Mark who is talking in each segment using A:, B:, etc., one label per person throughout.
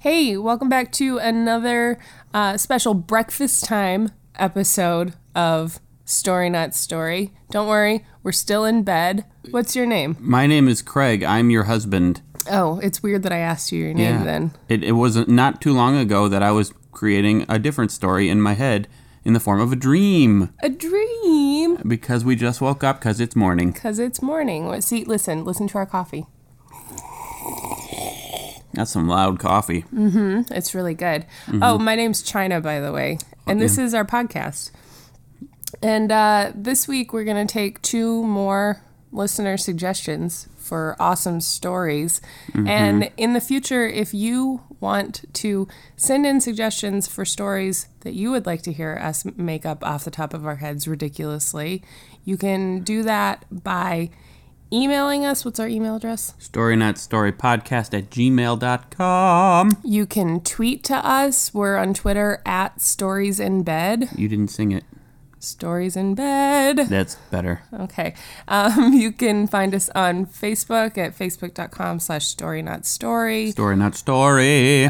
A: Hey, welcome back to another uh, special breakfast time episode of Story Not Story. Don't worry, we're still in bed. What's your name?
B: My name is Craig. I'm your husband.
A: Oh, it's weird that I asked you your name then.
B: It, it was not too long ago that I was creating a different story in my head in the form of a dream
A: A dream.
B: because we just woke up because it's morning.
A: Because it's morning. What- See, listen, listen to our coffee.
B: That's some loud coffee.
A: It's really good. Oh, my name's China, by the way, and this is our podcast. And uh, this week we're going to take two more listener suggestions for awesome stories. And in the future, if you want to send in suggestions for stories that you would like to hear us make up off the top of our heads ridiculously, you can do that by emailing us. What's our email address?
B: Story Not Story Podcast at gmail.com.
A: You can tweet to us. We're on Twitter at Stories in Bed.
B: You didn't sing it.
A: Stories in Bed.
B: That's better.
A: Okay. Um, you can find us on Facebook at facebook.com slash story not story.
B: Story Not Story.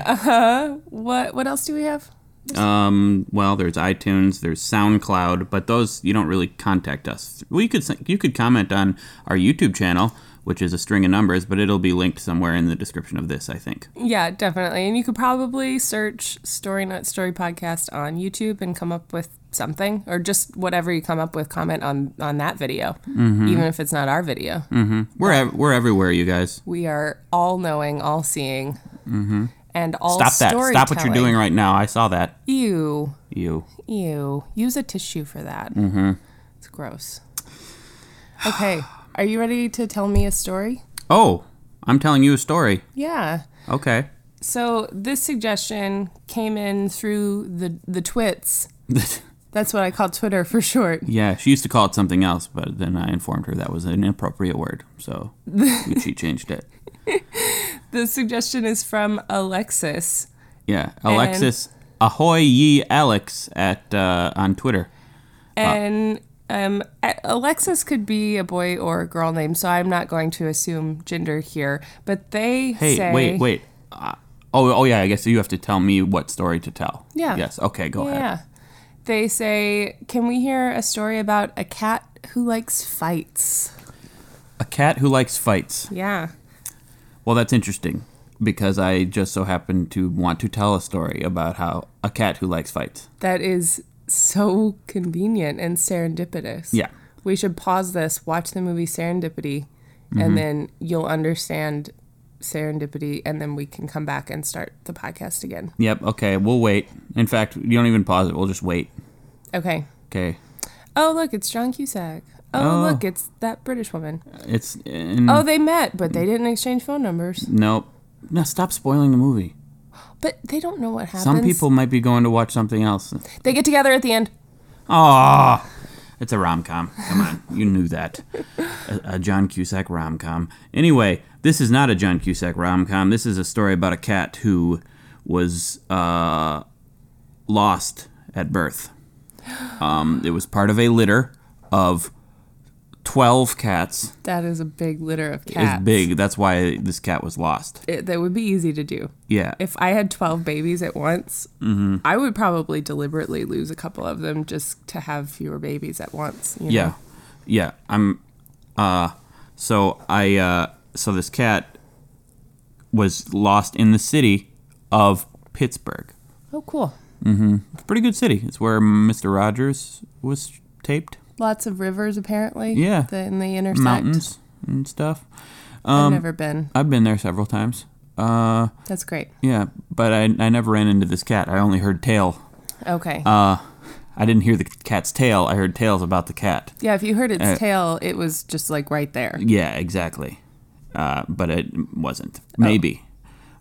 A: What what else do we have?
B: Um, well, there's iTunes, there's SoundCloud, but those you don't really contact us. We could s- you could comment on our YouTube channel, which is a string of numbers, but it'll be linked somewhere in the description of this, I think.
A: Yeah, definitely. And you could probably search Story Not Story podcast on YouTube and come up with something or just whatever you come up with comment on on that video
B: Mm-hmm.
A: even if it's not our video
B: Mm. We're ev- we're everywhere, you guys.
A: we are all knowing all seeing and all
B: Mm-hmm. Stop that. Stop what you're doing right now. I saw that.
A: ew
B: You.
A: Ew. Use a tissue for that. Mm-hmm. It's gross. Okay. Are you ready to tell me a story?
B: Oh, I'm telling you a story.
A: Yeah.
B: Okay.
A: So this suggestion came in through the the twits. That's what I call Twitter for short.
B: yeah, she used to call it something else, but then I informed her that was an inappropriate word, so she changed it.
A: The suggestion is from Alexis.
B: Yeah, Alexis. Ahoy ye Alex at uh, on Twitter.
A: And um, A- Alexis could be a boy or a girl name, so I'm not going to assume gender here. But they
B: Hey,
A: say
B: wait, wait. Uh, oh, oh yeah. I guess you have to tell me what story to tell.
A: Yeah.
B: Yes. Okay. Go ahead.
A: Yeah. They say, Can we hear a story about a cat who likes fights?
B: A cat who likes fights.
A: Yeah.
B: Well, that's interesting because I just so happen to want to tell a story about how a cat who likes fights.
A: That is so convenient and serendipitous.
B: Yeah.
A: We should pause this, watch the movie Serendipity,
B: Mm-hmm.
A: and then you'll understand serendipity, and then we can come back and start the podcast again.
B: Yep. Okay. We'll wait. In fact, you don't even pause it. We'll just wait.
A: Okay.
B: Okay.
A: Oh, look, it's John Cusack. Oh,
B: Oh. Mm.
A: look, it's that British woman.
B: It's in,
A: Oh, they met, but they didn't exchange phone numbers.
B: nope. No, stop spoiling the movie.
A: But they don't know what happens.
B: Some people might be going to watch something else.
A: They get together at the end.
B: Oh, it's a rom com. Come on, you knew that. A, a John Cusack rom com. Anyway, this is not a John Cusack rom com. This is a story about a cat who was uh, lost at birth. Um, it was part of a litter of 12 cats.
A: That is a big litter of
B: It's
A: cats.
B: big. That's why this cat was lost.
A: It- that would be easy to do.
B: Yeah.
A: If I had 12 babies at once,
B: Mm-hmm.
A: I would probably deliberately lose a couple of them just to have fewer babies at once. you know?
B: Yeah, yeah. I'm. Uh, so I. Uh, so this cat was lost in the city of Pittsburgh.
A: Oh, cool.
B: It's a pretty good city. It's where Mister Rogers was taped.
A: Lots of rivers, apparently.
B: Yeah.
A: The, in the intersect.
B: Mountains Um, and stuff.
A: I've never been.
B: I've been there several times. Uh,
A: That's great.
B: yeah, but I, I never ran into this cat. I only heard tail.
A: Okay.
B: Uh, I didn't hear the cat's tail. I heard tales about the cat.
A: yeah, if you heard
B: uh,
A: its tail, it was just like right there.
B: Yeah, exactly. Uh, but it wasn't. Maybe.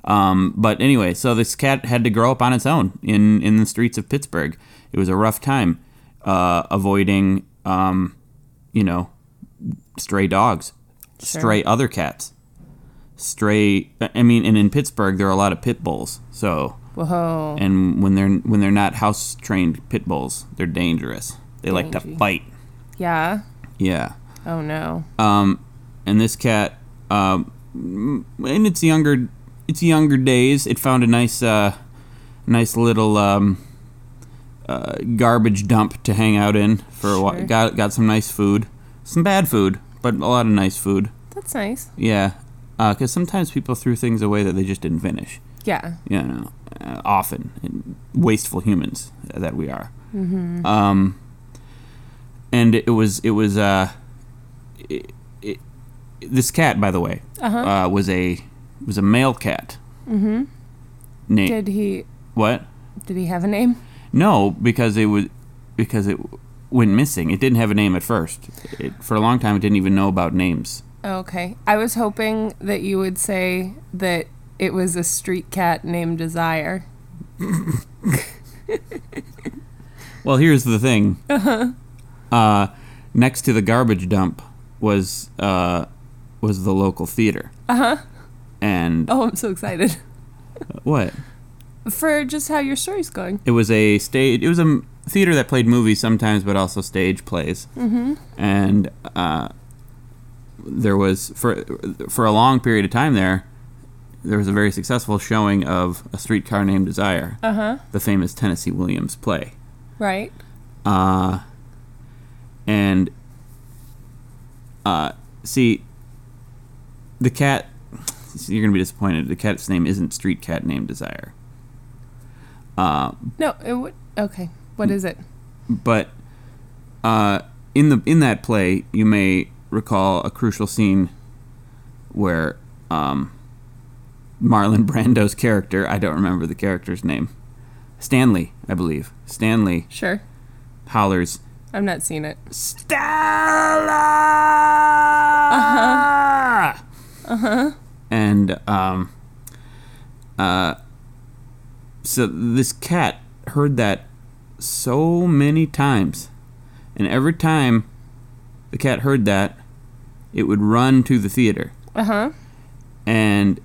B: Um, but anyway, so this cat had to grow up on its own in, in the streets of Pittsburgh. It was a rough time, uh, avoiding, um, you know, stray dogs,
A: Sure.
B: stray other cats, stray. I mean, and in Pittsburgh there are a lot of pit bulls. So,
A: Whoa.
B: and when they're when they're not house trained pit bulls, they're dangerous. They like to
A: Dangy.
B: fight.
A: Yeah.
B: Yeah.
A: Oh, no.
B: Um, and this cat, um, in its younger its younger days, it found a nice, uh, nice little um, uh, garbage dump to hang out in for a while.
A: Sure.
B: Got got some nice food, some bad food, but a lot of nice food.
A: That's nice.
B: Yeah, because sometimes people threw things away that they just didn't finish.
A: Yeah.
B: You know, uh, often and wasteful humans that we are. Mm-hmm. Um, and it was it was uh, it, it, this cat, by the way,
A: Uh-huh.
B: uh, was a was a male cat. Mm-hmm. Name
A: Did he
B: what?
A: did he have a name?
B: No, because it was because it went missing. It didn't have a name at first. It, for a long time, it didn't even know about names.
A: Okay. I was hoping that you would say that it was a street cat named Desire.
B: Well, here's the thing. Uh-huh. next to the garbage dump was uh, was the local theater. Uh-huh. And
A: Oh, I'm so excited.
B: what?
A: For just how your story's going.
B: It was a stage. It was a m- theater that played movies sometimes, but also stage plays. Mm-hmm. And uh, there was for for a long period of time there, there was a very successful showing of a streetcar named Desire, uh-huh. the famous Tennessee Williams play.
A: Right?
B: Uh, and uh, see, the cat. You're gonna be disappointed. The cat's name isn't Street Cat named Desire,
A: No, it would okay. What is it?
B: but uh, in the in that play, you may recall a crucial scene where um, Marlon Brando's character—I don't remember the character's name—Stanley, I believe. Stanley
A: Sure.
B: hollers,
A: I've not seen it.
B: Stella. Uh huh. And um, uh, so this cat heard that so many times, and every time the cat heard that, it would run to the theater.
A: Uh huh.
B: And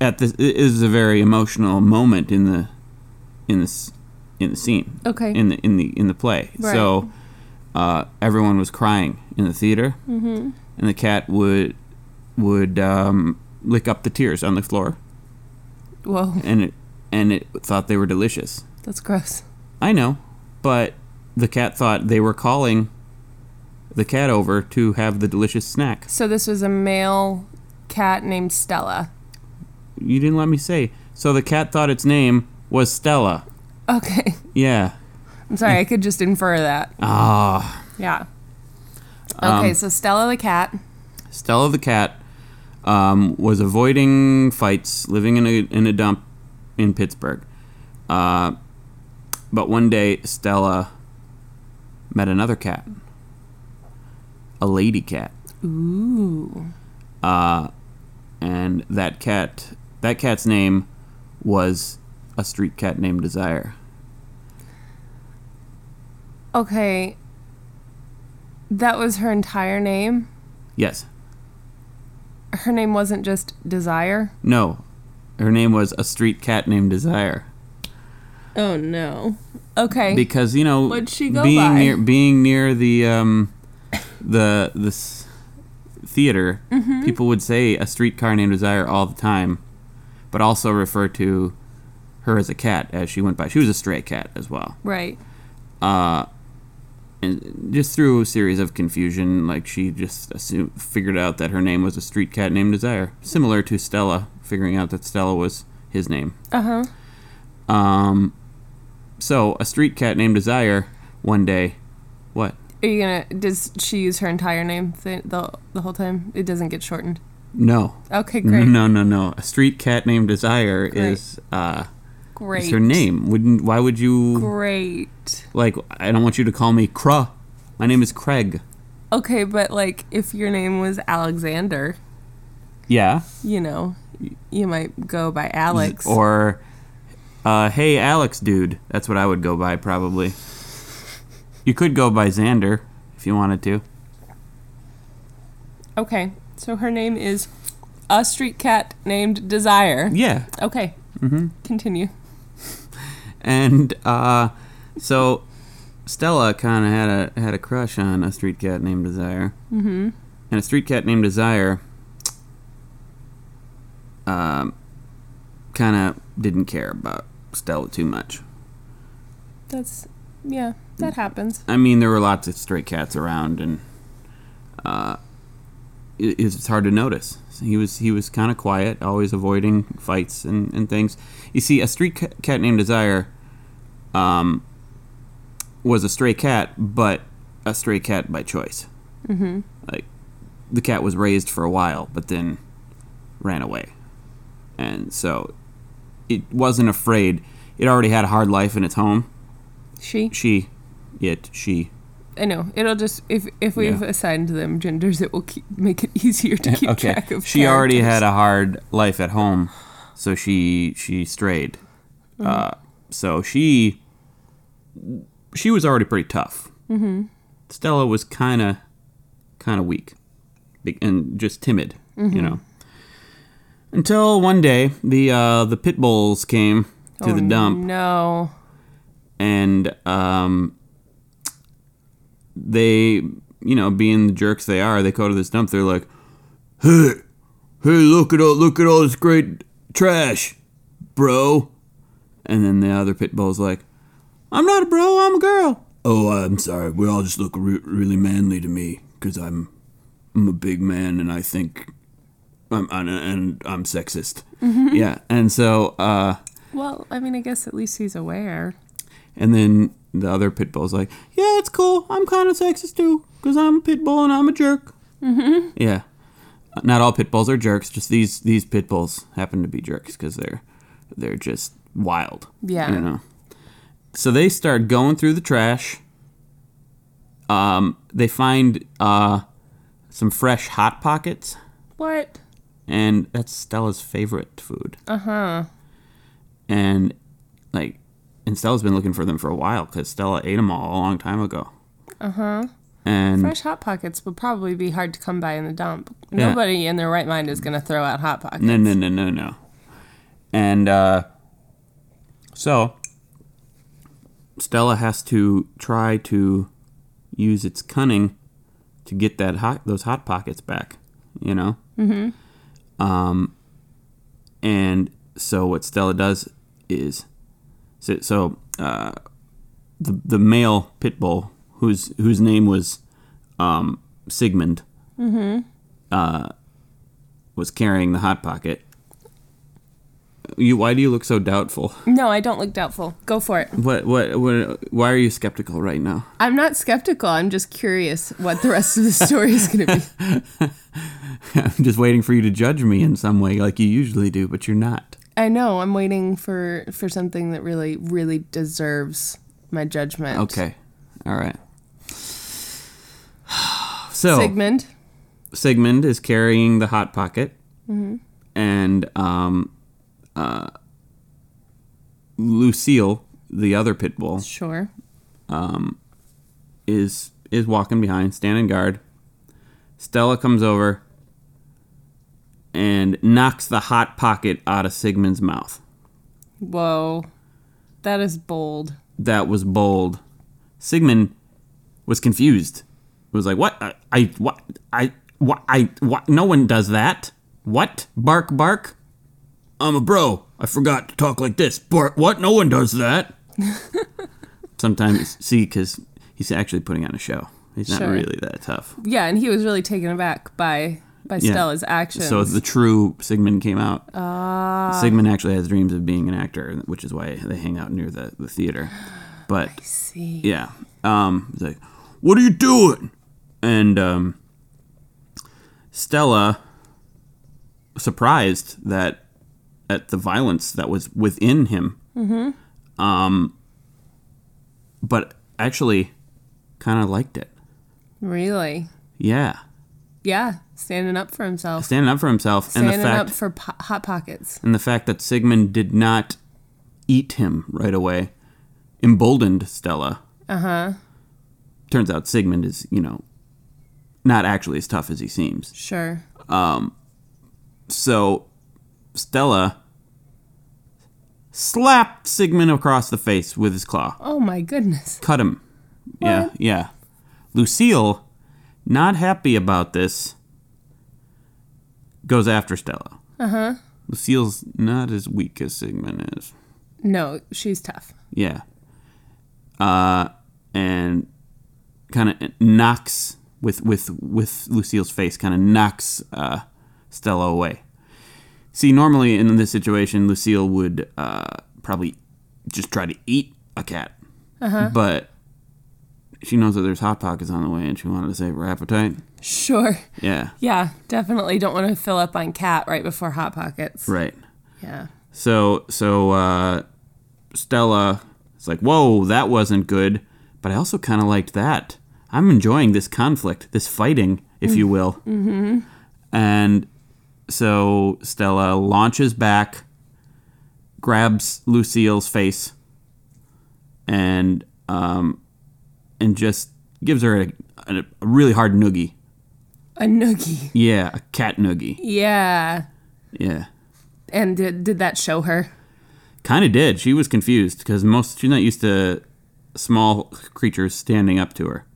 B: at this, it is a very emotional moment in the in this in the scene
A: Okay.
B: in the in the in the play.
A: Right.
B: So uh, everyone was crying in the theater, mm-hmm. and the cat would would um, lick up the tears on the floor,
A: Whoa,
B: and it and it thought they were delicious.
A: that's gross.
B: I know, but the cat thought they were calling the cat over to have the delicious snack.
A: So this was a male cat named Stella.
B: You didn't let me say. So the cat thought its name was Stella.
A: Okay.
B: Yeah.
A: I'm sorry, I could just infer that.
B: Ah. Um,
A: Yeah. Okay, so Stella the cat.
B: Stella the cat um, was avoiding fights, living in a in a dump in Pittsburgh. Uh, but one day, Stella met another cat, a lady cat,
A: Ooh.
B: and that cat that cat's name was a street cat named Desire.
A: Okay. That was her entire name.
B: Yes,
A: Her name wasn't just Desire.
B: no, her name was a street cat named Desire
A: Oh no. Okay.
B: because you know
A: What'd she go
B: being
A: by?
B: near being near the um, the this theater,
A: Mm-hmm.
B: people would say a streetcar named Desire all the time, but also refer to her as a cat as she went by. She was a stray cat as well,
A: right.
B: and just through a series of confusion, like she just assumed, figured out that her name was a street cat named Desire, similar to Stella figuring out that Stella was his name.
A: Uh huh.
B: Um, so a street cat named Desire one day, what?
A: Are you gonna? Does she use her entire name th- the the whole time? It doesn't get shortened.
B: No,
A: Okay, great.
B: No, no, no. A street cat named Desire is uh,
A: Great.
B: is her name. Wouldn't why would you
A: Great.
B: like? I don't want you to call me Cruh. My name is Craig.
A: Okay, but like, if your name was Alexander,
B: Yeah.
A: you know, you might go by Alex.
B: Or, uh, hey, Alex, dude. That's what I would go by probably. You could go by Xander if you wanted to.
A: Okay, so her name is a street cat named Desire.
B: Yeah. Mm-hmm.
A: Okay. Continue.
B: And uh, so Stella kind of had a had a crush on a street cat named Desire. Mm-hmm. And a street cat named Desire kind of didn't care about Stella too much.
A: That's yeah, that happens.
B: I mean, there were lots of stray cats around, and uh, it, it's hard to notice. He was he was kind of quiet, always avoiding fights and, and things. You see, a street ca- cat named Desire um, was a stray cat, but a stray cat by choice. Mm-hmm. Like the cat was raised for a while, but then ran away, and so it wasn't afraid. It already had a hard life in its home.
A: She,
B: She, it, she,
A: I know it'll just if if we've
B: Yeah.
A: assigned them genders, it will keep, make it easier to keep track of.
B: she already
A: characters.
B: had a hard life at home, so she she strayed.
A: Mm-hmm.
B: Uh, so she she was already pretty tough. Mm-hmm. Stella was kind of kind of weak be- and just timid, you
A: Mm-hmm.
B: know. Until one day, the uh, the pit bulls came to
A: Oh,
B: the dump
A: No,
B: and um, they, you know, being the jerks they are, they go to this dump. They're like, "Hey, hey, look at all, look at all this great trash, bro." And then the other pit bull's like, "I'm not a bro, I'm a girl." Oh, I'm sorry. We all just look re- really manly to me because I'm, I'm a big man, and I think, I'm, and- and I'm sexist. Yeah, and so. uh
A: well, I mean, I guess at least he's aware.
B: and then the other pit bull's like, "Yeah, it's cool. I'm kind of sexist too, cause I'm a pit bull and I'm a jerk." Mm-hmm. Yeah, Uh, not all pit bulls are jerks. Just these these pit bulls happen to be jerks because they're they're just wild.
A: Yeah.
B: you know. So they start going through the trash. Um, they find uh some fresh hot pockets,
A: What?
B: and that's Stella's favorite food. Uh huh. And like, and Stella's been looking for them for a while because Stella ate them all a long time ago. Uh huh. And
A: Fresh hot pockets would probably be hard to come by in the dump.
B: Yeah.
A: Nobody in their right mind is going to throw out hot pockets.
B: no, no, no, no, no. And uh, so Stella has to try to use its cunning to get that hot those hot pockets back. You know. Mm-hmm. Um, and so what Stella does is, so, so uh, the the male pit bull whose whose name was um, Sigmund. Mm-hmm. Uh, was carrying the hot pocket. You, why do you look so doubtful?
A: No, I don't look doubtful. Go for it.
B: What, what, what? Why are you skeptical right now?
A: I'm not skeptical. I'm just curious what the rest of the story is going to be.
B: I'm just waiting for you to judge me in some way, like you usually do, but you're not.
A: I know. I'm waiting for for something that really, really deserves my judgment.
B: Okay, all right. So
A: Sigmund.
B: Sigmund is carrying the hot pocket, and um, uh, Lucille, the other pit bull,
A: Sure.
B: is is walking behind, standing guard. Stella comes over and knocks the hot pocket out of Sigmund's mouth.
A: Whoa. That is bold.
B: That was bold. Sigmund was confused. Was like, "What? I, I what? I what? I what? No one does that. What? Bark, bark. I'm a bro. I forgot to talk like this. Bark. What? No one does that." Sometimes, see, because he's actually putting on a show. He's not
A: Sure.
B: really that tough.
A: Yeah, and he was really taken aback by by
B: Yeah.
A: Stella's actions. Ah.
B: So the true Sigmund came out. Sigmund actually has dreams of being an actor, which is why they hang out near the, the theater. But
A: See.
B: yeah, um, he's like, "What are you doing?" And um, Stella, surprised that at the violence that was within him, mm-hmm. um, but actually, kind of liked it.
A: Really?
B: Yeah,
A: Yeah, standing up for himself.
B: standing up for himself and
A: Standing
B: the fact
A: up for po- hot pockets.
B: and the fact that Sigmund did not eat him right away emboldened Stella. Uh huh. Turns out Sigmund is, you know, not actually as tough as he seems.
A: Sure.
B: So Stella slapped Sigmund across the face with his claw,
A: Oh my goodness.
B: cut him. Yeah, yeah. Lucille, not happy about this, goes after Stella. Uh huh. Lucille's not as weak as Sigmund is.
A: No, she's tough.
B: Yeah. Uh, and kind of knocks with with with Lucille's face, kind of knocks uh, Stella away. See, normally in this situation, Lucille would uh, probably just try to eat a cat, but she knows that there's hot pockets on the way, and she wanted to save her appetite.
A: Sure.
B: Yeah,
A: Yeah, definitely don't want to fill up on cat right before Hot Pockets.
B: right.
A: Yeah.
B: So so uh, Stella is like, "Whoa, that wasn't good," but I also kind of liked that. I'm enjoying this conflict, this fighting, if you will. Mm-hmm. And so Stella launches back, grabs Lucille's face, and um, and just gives her a, a, a really hard noogie.
A: A noogie.
B: Yeah, a cat noogie.
A: Yeah.
B: Yeah.
A: And did, did that show her?
B: kind of did. She was confused because most she's not used to small creatures standing up to her,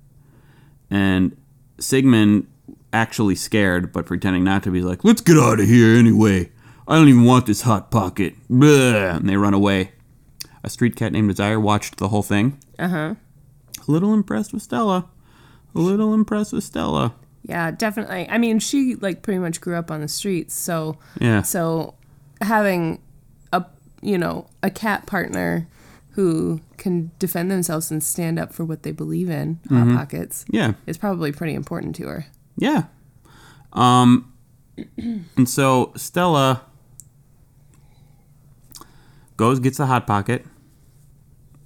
B: and Sigmund actually scared but pretending not to be like, "Let's get out of here anyway. I don't even want this hot pocket." Blah, and they run away. A street cat named Desire watched the whole thing.
A: Uh huh.
B: A little impressed with Stella. A little impressed with Stella.
A: Yeah, definitely. I mean, she like pretty much grew up on the streets, so
B: Yeah.
A: so having a you know a cat partner who can defend themselves and stand up for what they believe in,
B: Mm-hmm.
A: Hot Pockets,
B: Yeah.
A: is probably pretty important to her.
B: Yeah. Um, and so Stella goes, gets the Hot Pocket,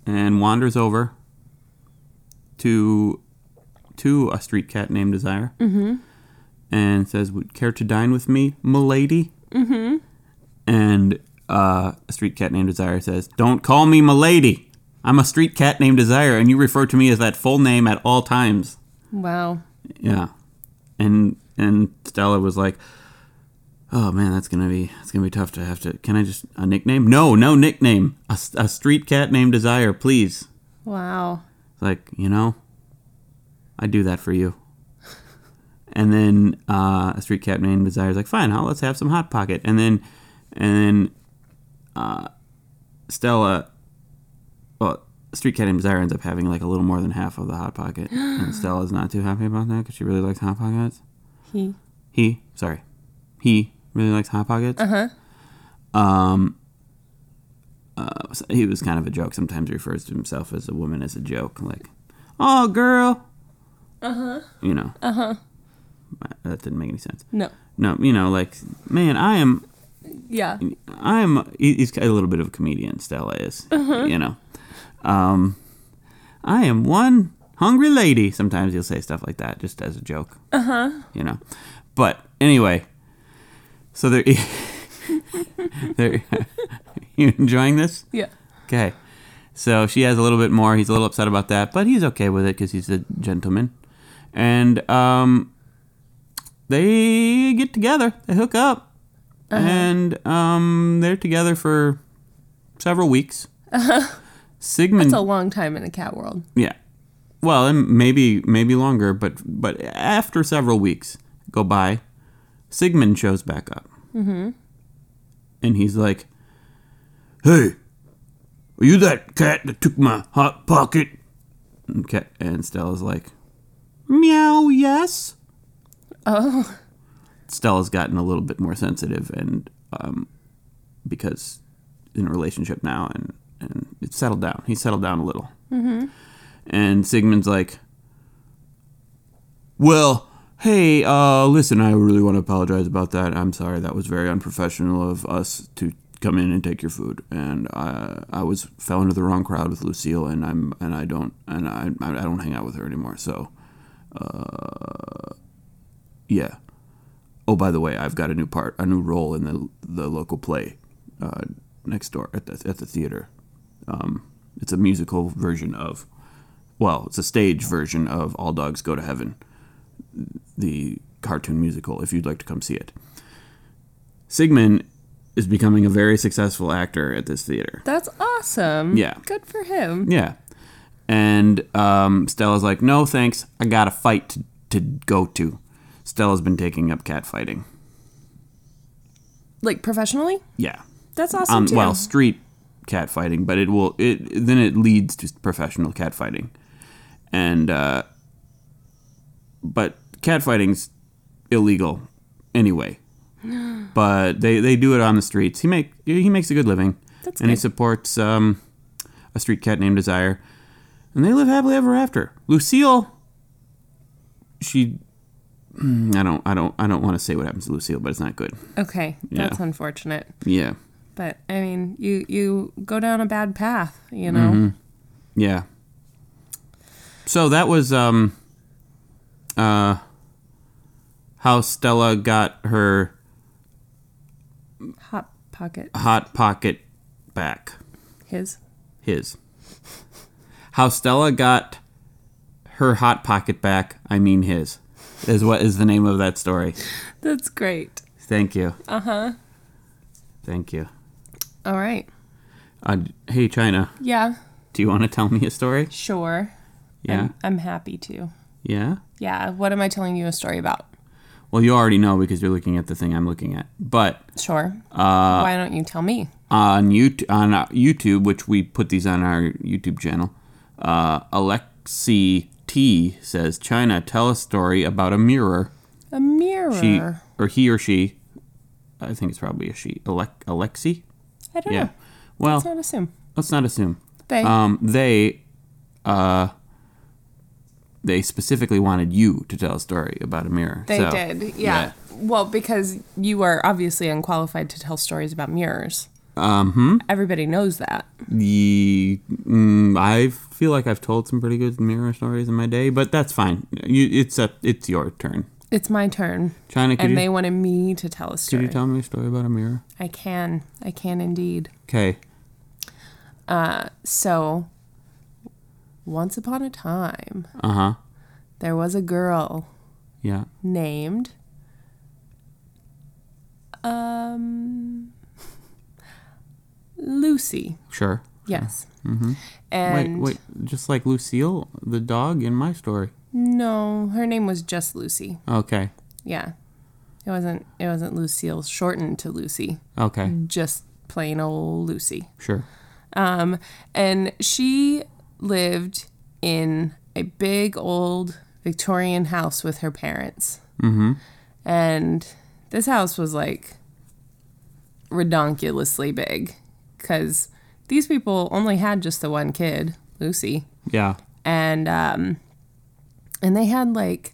B: and wanders over to to a street cat named Desire mm-hmm. and says, Would care to dine with me, milady? Mm-hmm. And uh, a street cat named Desire says, Don't call me milady. I'm a street cat named Desire, and you refer to me as that full name at all times.
A: Wow.
B: Yeah, and and Stella was like, "Oh man, that's gonna be it's gonna be tough to have to. Can I just a nickname? No, no nickname. A, s- a street cat named Desire, please.
A: Wow.
B: It's like you know, I do that for you." And then uh, a street cat named Desire is like, "Fine, I'll, let's have some hot pocket." And then and then uh, Stella, well. Street Cat named Desire ends up having like a little more than half of the Hot Pocket, and Stella's not too happy about that because she really likes Hot Pockets
A: He.
B: he sorry he really likes hot pockets uh-huh um uh, so he was kind of a joke sometimes refers to himself as a woman as a joke like oh girl uh-huh you know uh-huh that didn't make any sense
A: No.
B: no you know like man i am
A: Yeah.
B: I'm he- he's a little bit of a comedian. Stella is, you know. Um, I am one hungry lady. Sometimes he'll say stuff like that just as a joke. Uh huh. You know, but anyway, so they're they're you enjoying this?
A: Yeah.
B: Okay. So she has a little bit more. He's a little upset about that, but he's okay with it because he's a gentleman. And um, they get together. They hook up, and um, they're together for several weeks. Sigmund,
A: It's a long time in the cat world.
B: yeah. Well, and maybe maybe longer, but but after several weeks go by, Sigmund shows back up, mm-hmm. and he's like, "Hey, are you that cat that took my hot pocket?" And, cat, and Stella's like, "Meow, yes."
A: Oh.
B: Stella's gotten a little bit more sensitive, and um, because in a relationship now, and and it's settled down. He's settled down a little. And Sigmund's like, Well, hey, uh, listen, I really want to apologize about that. I'm sorry. That was very unprofessional of us to come in and take your food. And I, I was fell into the wrong crowd with Lucille, and I'm and I don't and I I don't hang out with her anymore. So, uh, yeah. Oh, by the way, I've got a new part, a new role in the the local play uh, next door at the at the theater. Um, it's a musical version of, well, it's a stage version of All Dogs Go to Heaven, the cartoon musical. If you'd like to come see it, Sigmund is becoming a very successful actor at this theater.
A: That's awesome.
B: Yeah.
A: Good for him.
B: Yeah, and um, Stella's like, "No, thanks. I got a fight to, to go to." Stella's been taking up cat fighting.
A: like professionally.
B: Yeah.
A: That's awesome
B: Um,
A: too.
B: well, street cat fighting, but it will it then it leads to professional cat fighting, and uh, but cat fighting's illegal anyway. but they, they do it on the streets. He make he makes a good living,
A: That's
B: and he
A: good.
B: supports um, a street cat named Desire, and they live happily ever after. Lucille, she. I don't, I don't, I don't want to say what happens to Lucille, but it's not good.
A: okay,
B: Yeah.
A: that's unfortunate.
B: Yeah,
A: But I mean, you you go down a bad path, you know.
B: Mm-hmm. Yeah. So that was um uh how Stella got her
A: Hot pocket,
B: hot pocket back.
A: his.
B: His. How Stella got her hot pocket back, I mean his. Is what is the name of that story.
A: That's great.
B: Thank you. Uh-huh. Thank you.
A: All right.
B: Uh, hey China,
A: Yeah.
B: do you want to tell me a story?
A: Sure.
B: Yeah.
A: I'm, I'm happy to.
B: yeah.
A: Yeah. What am I telling you a story about?
B: Well, you already know because you're looking at the thing I'm looking at. But
A: Sure. Uh, Why don't you tell me?
B: on YouTube, on our YouTube, which we put these on our YouTube channel. Uh, Alexi T says, "China, tell a story about a mirror."
A: A mirror.
B: He or he or she, I think it's probably a she. Alec- Alexi,
A: I don't
B: yeah.
A: know.
B: Well,
A: Let's not assume.
B: let's not assume.
A: They.
B: Um, they, uh, they specifically wanted you to tell a story about a mirror.
A: They
B: so,
A: did, yeah. Well, because you are obviously unqualified to tell stories about mirrors.
B: Uh-huh.
A: Um, Everybody knows that.
B: Ye- mm, I feel like I've told some pretty good mirror stories in my day, but that's fine. You, it's a, it's your turn.
A: It's my turn,
B: China, could,
A: and
B: you,
A: they wanted me to tell a
B: could
A: story.
B: you tell me a story about a mirror?
A: I can, I can indeed.
B: Okay.
A: So, once upon a time,
B: Uh huh.
A: there was a girl
B: Yeah.
A: named um Lucy.
B: Sure.
A: Yes. And
B: Mm-hmm. wait, wait. Just like Lucille, the dog in my story.
A: no, her name was just Lucy.
B: Okay.
A: Yeah. It wasn't it wasn't Lucille shortened to Lucy. Mm.
B: Okay.
A: Just plain old Lucy.
B: Sure.
A: Um and she lived in a big old Victorian house with her parents. Mm-hmm. And this house was like redonkulously big because these people only had just the one kid, Lucy
B: Yeah.
A: and um, and they had like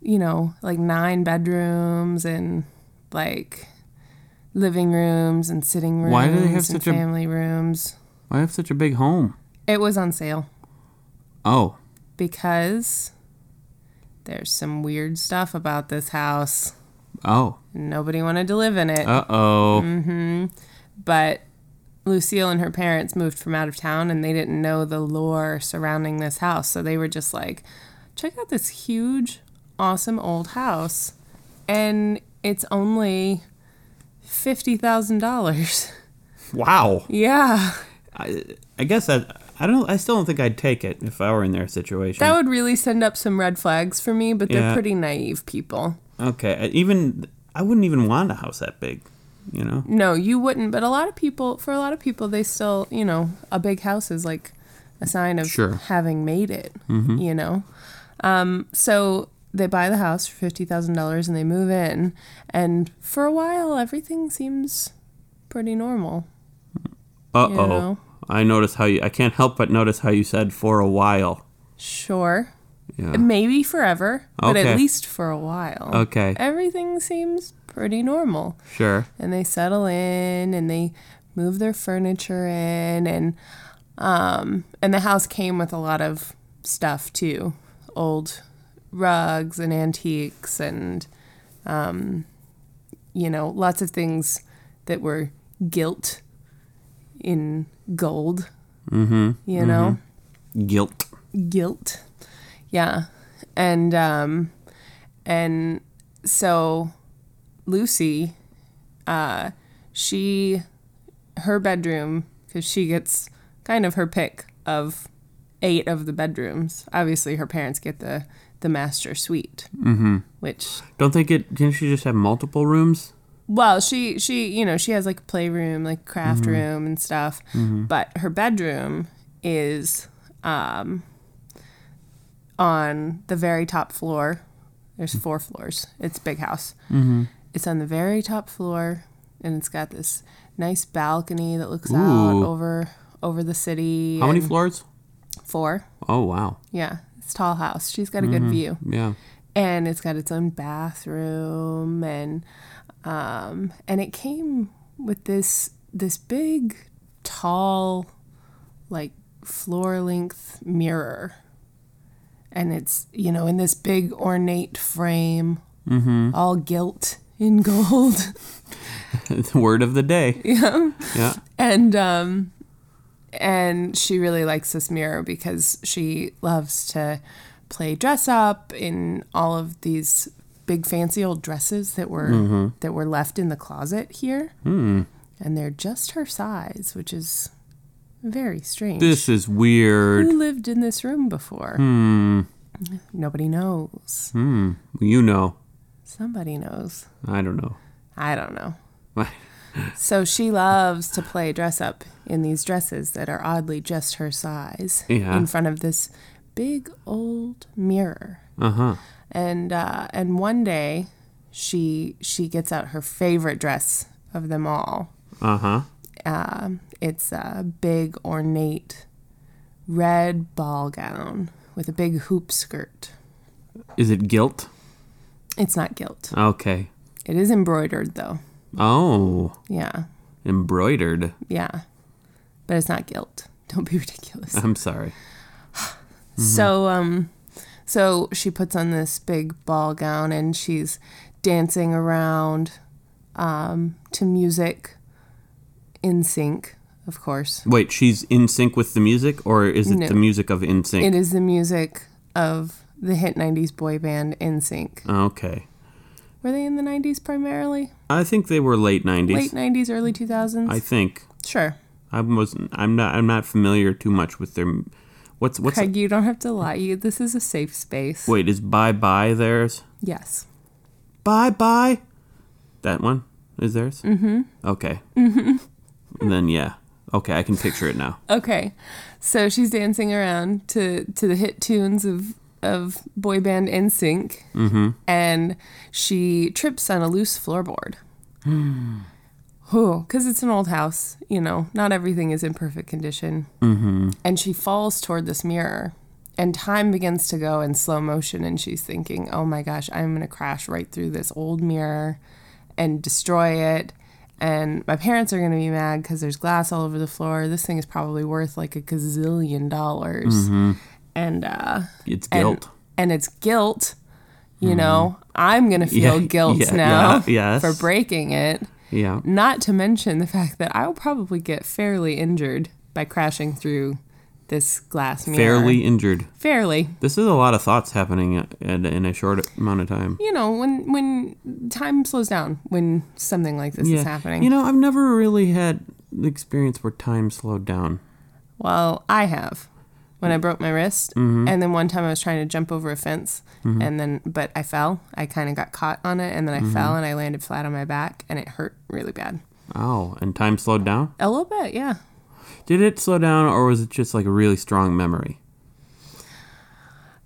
A: you know like nine bedrooms and like living rooms and sitting rooms
B: Why do they have
A: and
B: such a-
A: family rooms
B: Why have such a big home?
A: it was on sale
B: Oh.
A: because there's some weird stuff about this house
B: Oh.
A: nobody wanted to live in it
B: Uh oh.
A: Mm. but Lucille and her parents moved from out of town and they didn't know the lore surrounding this house. So they were just like, check out this huge, awesome old house. And it's only $50,000.
B: Wow.
A: yeah.
B: I, I guess I. I don't. I still don't think I'd take it if I were in their situation.
A: That would really send up some red flags for me, but they're
B: Yeah.
A: pretty naive people.
B: okay. I- Even I wouldn't even want a house that big. You know.
A: No, you wouldn't. But a lot of people, for a lot of people, they still, you know, a big house is like a sign of
B: Sure. Mm-hmm.
A: having made it, you know? Um, so they buy the house for $50,000 and they move in. And for a while, everything seems pretty normal.
B: Uh
A: You
B: oh.
A: know.
B: I noticed how you. I can't help but notice how you said for a while.
A: Sure.
B: Yeah.
A: Maybe forever, but
B: Okay.
A: at least for a while.
B: Okay.
A: Everything seems pretty normal.
B: Sure.
A: and they settle in and they move their furniture in and um and the house came with a lot of stuff too old rugs and antiques and um you know lots of things that were gilt in gold mm-hmm, you know
B: Guilt.
A: guilt. Yeah. And um and so Lucy uh she her bedroom cuz she gets kind of her pick of eight of the bedrooms. Obviously her parents get the the master suite. Mm-hmm. Which
B: Don't they get? Didn't she just have multiple rooms?
A: Well, she she you know she has like a playroom, like craft
B: Mm-hmm.
A: room and stuff, but her bedroom is um, on the very top floor.
B: Mm.
A: There's four floors. It's a big house. Mm-hmm. It's on the very top floor, and it's got this nice balcony that looks out
B: Ooh.
A: over over the city.
B: How many
A: and-
B: floors?
A: Four.
B: Oh wow.
A: Yeah, it's a tall house. She's got a
B: Mm-hmm.
A: good view
B: Yeah.
A: and it's got its own bathroom and um and it came with this this big tall like floor length mirror and it's you know in this big ornate frame all gilt in gold
B: the word of the day. Yeah. Yeah.
A: and um and she really likes this mirror because she loves to play dress up in all of these big fancy old dresses that were that were left in the closet here and they're just her size which is very strange
B: This is weird.
A: who lived in this room before nobody knows
B: You know.
A: somebody knows
B: I don't know.
A: i don't know so she loves to play dress up in these dresses that are oddly just her size
B: Yeah.
A: in front of this big old mirror.
B: Uh huh.
A: And uh, and one day she she gets out her favorite dress of them all.
B: Uh huh.
A: Um, it's a big ornate red ball gown with a big hoop skirt.
B: Is it guilt?
A: It's not gilt.
B: Okay.
A: It is embroidered though.
B: Oh,
A: Yeah.
B: embroidered.
A: Yeah. But it's not gilt. Don't be ridiculous.
B: I'm sorry. Mm-hmm.
A: So um so she puts on this big ball gown and she's dancing around um to music in sync, of course.
B: Wait, she's in sync with the music, or is it
A: No.
B: the music of in sync?
A: It is the music of the hit 90s boy band in sync.
B: Ah, Okay.
A: Were they in the 90s primarily?
B: I think they were late '90s.
A: Late 90s, early 2000s?
B: I think
A: sure.
B: I wasn't. I'm not. I'm not familiar too much with their. What's what's?
A: Craig, you don't have to lie. You this is a safe space.
B: Wait, is Bye Bye theirs?
A: Yes.
B: Bye Bye. That one is theirs. Mm-hmm. Okay. Mm-hmm. Then yeah. Okay, I can picture it now.
A: Okay. So she's dancing around to, to the hit tunes of, of boy band NSYNC. Mm-hmm. And she trips on a loose floorboard. Because it's an old house, you know, not everything is in perfect condition. Mm-hmm. And she falls toward this mirror. And time begins to go in slow motion. And she's thinking, oh my gosh, I'm going to crash right through this old mirror and destroy it. And my parents are going to be mad because there's glass all over the floor. This thing is probably worth like a gazillion dollars. And, uh,
B: It's
A: and,
B: Mm-hmm. guilt. Mm-hmm.
A: And it's guilt, you know. I'm going to feel
B: Yeah,
A: guilt
B: yeah,
A: now
B: yeah, yes.
A: for breaking it.
B: yeah.
A: Not to mention the fact that I will probably get fairly injured by crashing through this glass mirror.
B: Fairly injured.
A: Fairly.
B: This is a lot of thoughts happening at, at, in a short amount of time.
A: You know, when when time slows down when something like this is happening.
B: You know, I've never really had the experience where time slowed down.
A: Well, I have. When I broke my wrist,
B: Mm-hmm.
A: and then one time I was trying to jump over a fence, and then but I fell. I kind of got caught on it, and then I
B: Mm-hmm.
A: fell and I landed flat on my back, and it hurt really bad.
B: Oh, and time slowed down?
A: A little bit, yeah.
B: Did it slow down or was it just like a really strong memory?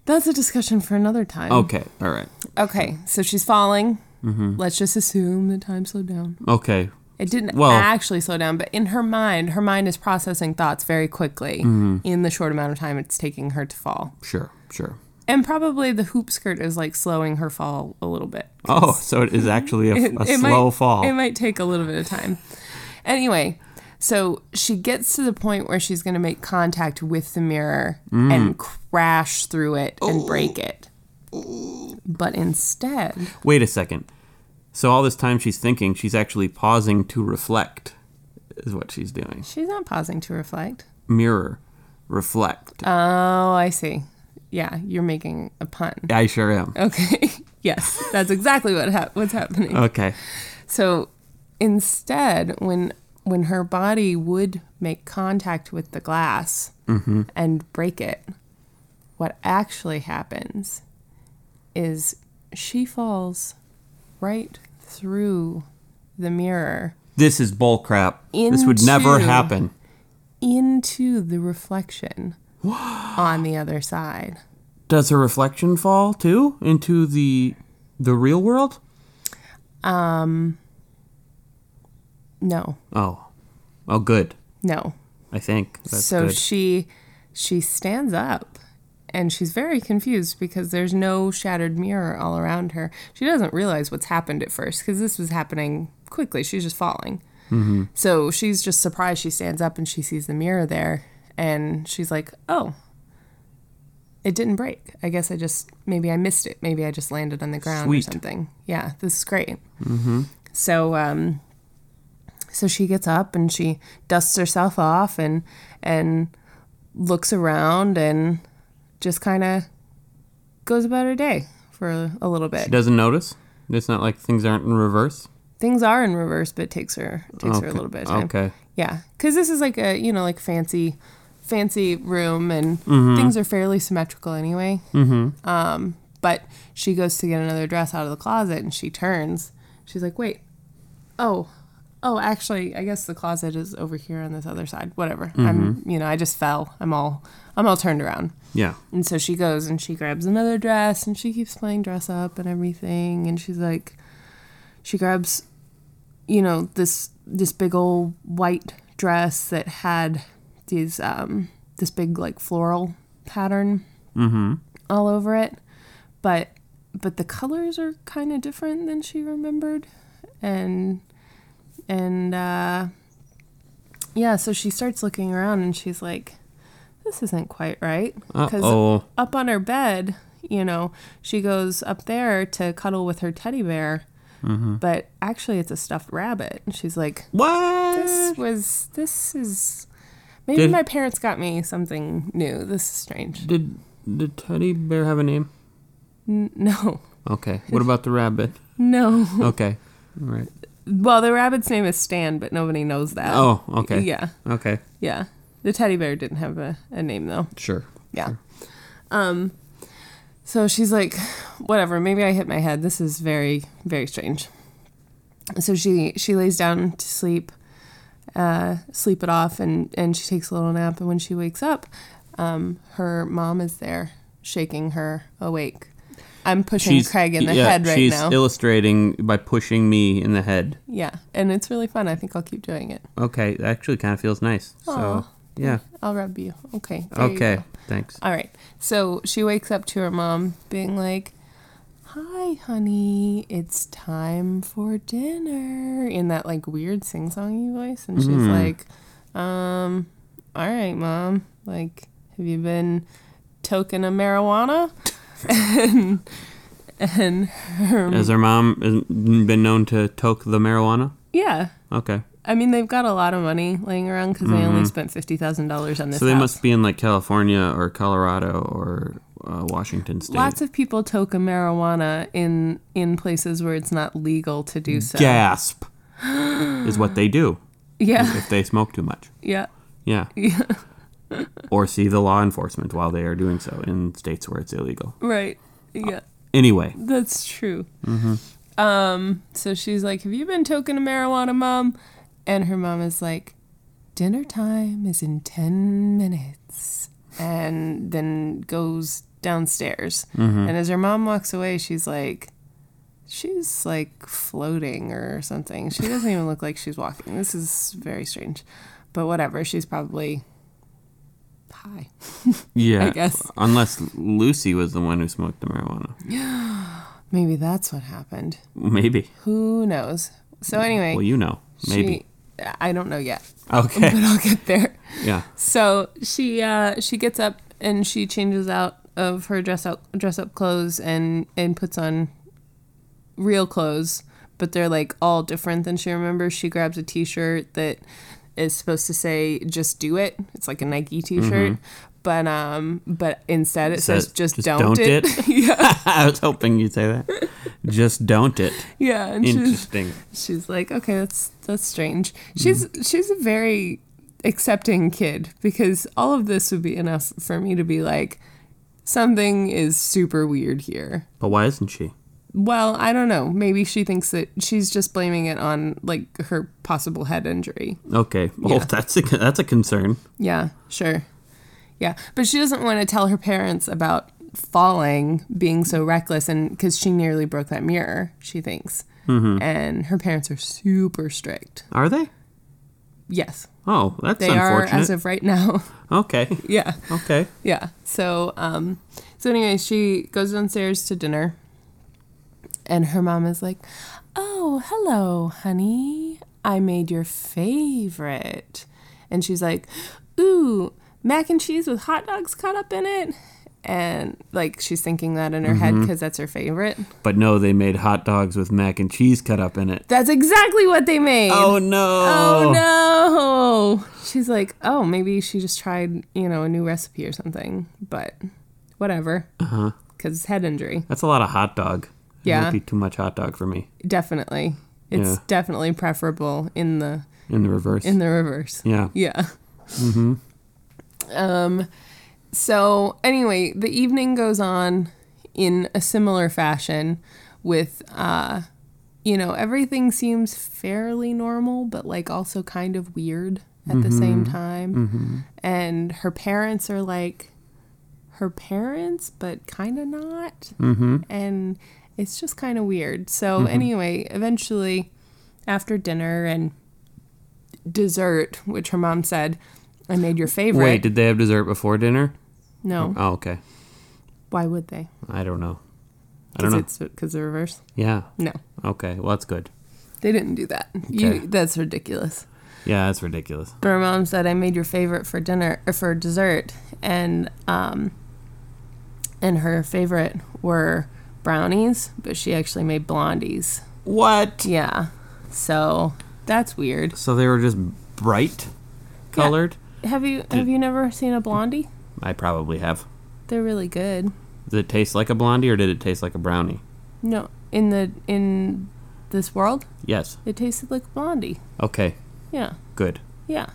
A: That's a discussion for another time.
B: Okay, all right.
A: Okay, so she's falling.
B: Mm-hmm.
A: Let's just assume that time slowed down.
B: Okay.
A: It didn't
B: Well-
A: actually slow down, but in her mind, her mind is processing thoughts very quickly
B: Mm-hmm.
A: in the short amount of time it's taking her to fall.
B: Sure, sure.
A: And probably the hoop skirt is like slowing her fall a little bit.
B: Oh, so it is actually a,
A: It-
B: a
A: it
B: slow
A: might,
B: fall.
A: It might take a little bit of time. Anyway, so she gets to the point where she's going to make contact with the mirror
B: Mm.
A: and crash through it
B: Oh.
A: and break it. But instead,
B: Wait a second. So all this time she's thinking, she's actually pausing to reflect, is what she's doing.
A: she's not pausing to reflect.
B: Mirror, reflect.
A: Oh, I see. Yeah, you're making a pun.
B: I sure am.
A: Okay. yes, that's exactly what hap what's happening.
B: Okay.
A: So instead, when when her body would make contact with the glass and break it, what actually happens is she falls right through the mirror
B: This is bull crap. this would never
A: Into-
B: happen.
A: into the reflection on the other side.
B: Does her reflection fall too into the the real world?
A: No,
B: Oh, oh, good.
A: no.
B: I think that's
A: so
B: good.
A: she she stands up and she's very confused because there's no shattered mirror all around her. She doesn't realize what's happened at first because this was happening quickly. She's just falling.
B: Mm-hmm.
A: So she's just surprised. She stands up and she sees the mirror there and she's like, "Oh, it didn't break. I guess I just maybe I missed it. Maybe I just landed on the ground
B: Sweet. Mm-hmm.
A: or something. Yeah, this is great." So um so she gets up and she dusts herself off and and looks around and just kind of goes about her day for a, a little bit.
B: She doesn't notice. It's not like things aren't in reverse.
A: Things are in reverse, but it takes her takes her a little bit of time.
B: Oh, Okay.
A: Yeah, because this is like a you know like fancy, fancy room, and things are fairly symmetrical anyway. Mm-hmm. Um, but she goes to get another dress out of the closet, and she turns. She's like, "Wait, oh, oh, actually, I guess the closet is over here on this other side. Whatever. I'm you know I just fell. I'm all I'm all turned around."
B: Yeah.
A: And so she goes and she grabs another dress and she keeps playing dress up and everything and she's like she grabs you know this this big old white dress that had these um this big like floral pattern all over it but but the colors are kind of different than she remembered and and uh yeah so she starts looking around and she's like this isn't quite right
B: Uh-oh.
A: up on her bed you know she goes up there to cuddle with her teddy bear
B: Mm-hmm.
A: but actually it's a stuffed rabbit and she's like
B: What?
A: this was this is maybe
B: Did-
A: my parents got me something new this is strange
B: Did did teddy bear have a name?
A: no
B: Okay. What about the rabbit?
A: no
B: Okay. All right.
A: well the rabbit's name is stan but nobody knows that
B: Oh, okay.
A: yeah
B: Okay.
A: yeah the teddy bear didn't have a, a name though
B: Sure.
A: Yeah. Um, so she's like, whatever, maybe I hit my head. This is very, very strange. So she, she lays down to sleep, uh, sleep it off, and, and she takes a little nap. And when she wakes up, um, her mom is there shaking her awake. I'm pushing Craig in the
B: yeah,
A: head right
B: she's
A: now.
B: illustrating by pushing me in the head.
A: yeah. And it's really fun. I think I'll keep doing it.
B: Okay, that actually kind of feels nice. So,
A: Aw.
B: yeah.
A: I'll rub you. Okay. there you
B: Okay.
A: go.
B: Thanks.
A: All right. So she wakes up to her mom being like, Hi, honey, it's time for dinner in that like weird sing songy voice. And she's
B: Mm-hmm.
A: like, um, All right, mom. Like, have you been toking a marijuana? and, and her,
B: Has her mom is- been known to toke the marijuana?
A: yeah.
B: Okay.
A: I mean, they've got a lot of money laying around because they only spent $50,000 on this.
B: Mm-hmm. So they
A: house.
B: must be in like California or Colorado or uh, Washington State.
A: Lots of people toke marijuana in in places where it's not legal to do so.
B: Gasp is what they do
A: Yeah.
B: if they smoke too much.
A: Yeah.
B: Yeah. or see the law enforcement while they are doing so in states where it's illegal.
A: Right. Yeah.
B: Anyway,
A: That's true. Um, so she's like, Have you been toking a marijuana, mom? And her mom is like, Dinner time is in 10 minutes. And then goes downstairs. And as her mom walks away, she's like, She's like floating or something. She doesn't even look like she's walking. This is very strange. But whatever. She's probably high.
B: yeah.
A: guess.
B: Unless Lucy was the one who smoked the marijuana.
A: Maybe that's what happened.
B: Maybe.
A: Who knows? So, anyway.
B: Well, you know. Maybe.
A: She, I don't know yet, but
B: Okay.
A: I'll get there.
B: yeah.
A: So she uh, she gets up and she changes out of her dress up dress up clothes and and puts on real clothes, but they're like all different than she remembers. She grabs a t shirt that is supposed to say "Just Do It." It's like a Nike t shirt. But um, but instead it says,
B: Says,
A: just,
B: "Just
A: don't,
B: don't
A: it.
B: it.
A: yeah,
B: I was hoping you'd say that. Just don't it.
A: yeah. And she's
B: Interesting.
A: she's like, okay, that's that's strange. She's she's a very accepting kid because all of this would be enough for me to be like, something is super weird here.
B: But why isn't she?
A: Well, I don't know. Maybe she thinks that she's just blaming it on like her possible head injury.
B: Okay. Well, that's a that's a concern.
A: Yeah, sure. Yeah, but she doesn't want to tell her parents about falling, being so reckless, and because she nearly broke that mirror, she thinks. And her parents are super strict.
B: Are they?
A: Yes,
B: Oh, that's
A: they are
B: unfortunate.
A: as of right now.
B: okay.
A: yeah,
B: Okay.
A: yeah. So, um, so anyway, she goes downstairs to dinner, and her mom is like, "Oh, hello, honey. I made your favorite," and she's like, "Ooh, mac and cheese with hot dogs caught up in it." And like she's thinking that in her head 'cause head because that's her favorite.
B: But no, they made hot dogs with mac and cheese cut up in it.
A: That's exactly what they made.
B: Oh no.
A: Oh no. She's like, oh, maybe she just tried, you know, a new recipe or something, but whatever. Uh huh. Because head injury.
B: That's a lot of hot dog.
A: Yeah.
B: That'd be too much hot dog for me.
A: Definitely. It's
B: Yeah.
A: definitely preferable in the
B: In the reverse.
A: in the reverse.
B: yeah.
A: Yeah. Mm-hmm. Um, so anyway, the evening goes on in a similar fashion with, uh, you know, everything seems fairly normal, but like also kind of weird at the same time. And her parents are like her parents, but kind of not.
B: Mm-hmm.
A: And it's just kind of weird. So anyway, eventually after dinner and dessert, which her mom said, I made your favorite.
B: Wait, did they have dessert before dinner?
A: no,
B: Oh, okay.
A: why would they?
B: I don't know. I don't know.
A: Because it's because the reverse.
B: Yeah.
A: No,
B: Okay. Well, that's good.
A: they didn't do that. You,
B: Okay.
A: that's ridiculous.
B: Yeah, that's ridiculous.
A: But her mom said, "I made your favorite for dinner or for dessert," and um, and her favorite were brownies, but she actually made blondies.
B: What?
A: Yeah, so that's weird.
B: So they were just bright colored?
A: Have you have you never seen a blondie?
B: I probably have.
A: They're really good.
B: Did it taste like a blondie or did it taste like a brownie?
A: No, in the in this world,
B: Yes.
A: it tasted like blondie.
B: Okay.
A: Yeah.
B: Good.
A: Yeah.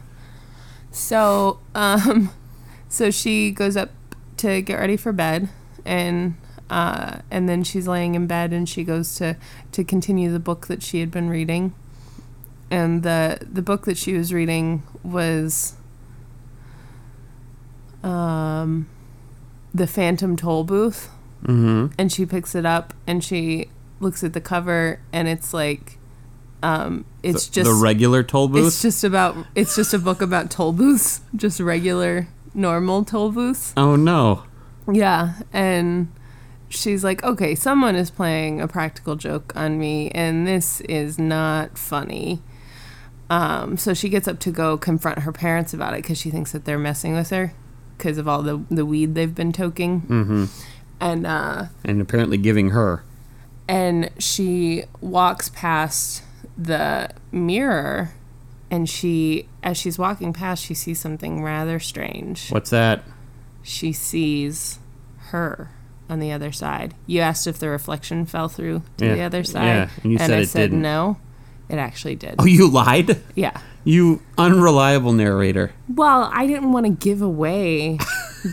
A: So, um, so she goes up to get ready for bed, and uh, and then she's laying in bed, and she goes to to continue the book that she had been reading, and the the book that she was reading was, um, the Phantom Toll Booth,
B: Mm hmm.
A: and she picks it up, and she looks at the cover, and it's like, um, it's just
B: the regular toll booth.
A: it's just about it's just a book about toll booths, just regular normal toll booths.
B: oh no.
A: Yeah, and she's like, "Okay, someone is playing a practical joke on me and this is not funny." Um, so she gets up to go confront her parents about it cuz she thinks that they're messing with her because of all the the weed they've been toking.
B: Mm.
A: Mm-hmm. And uh
B: And apparently giving her.
A: and she walks past the mirror and she as she's walking past she sees something rather strange
B: What's that?
A: she sees her on the other side you asked if the reflection fell through to the
B: Yeah,
A: other side
B: yeah, and you said
A: i
B: it
A: said
B: didn't.
A: no it actually did
B: Oh, you lied?
A: yeah
B: You unreliable narrator.
A: well i didn't want to give away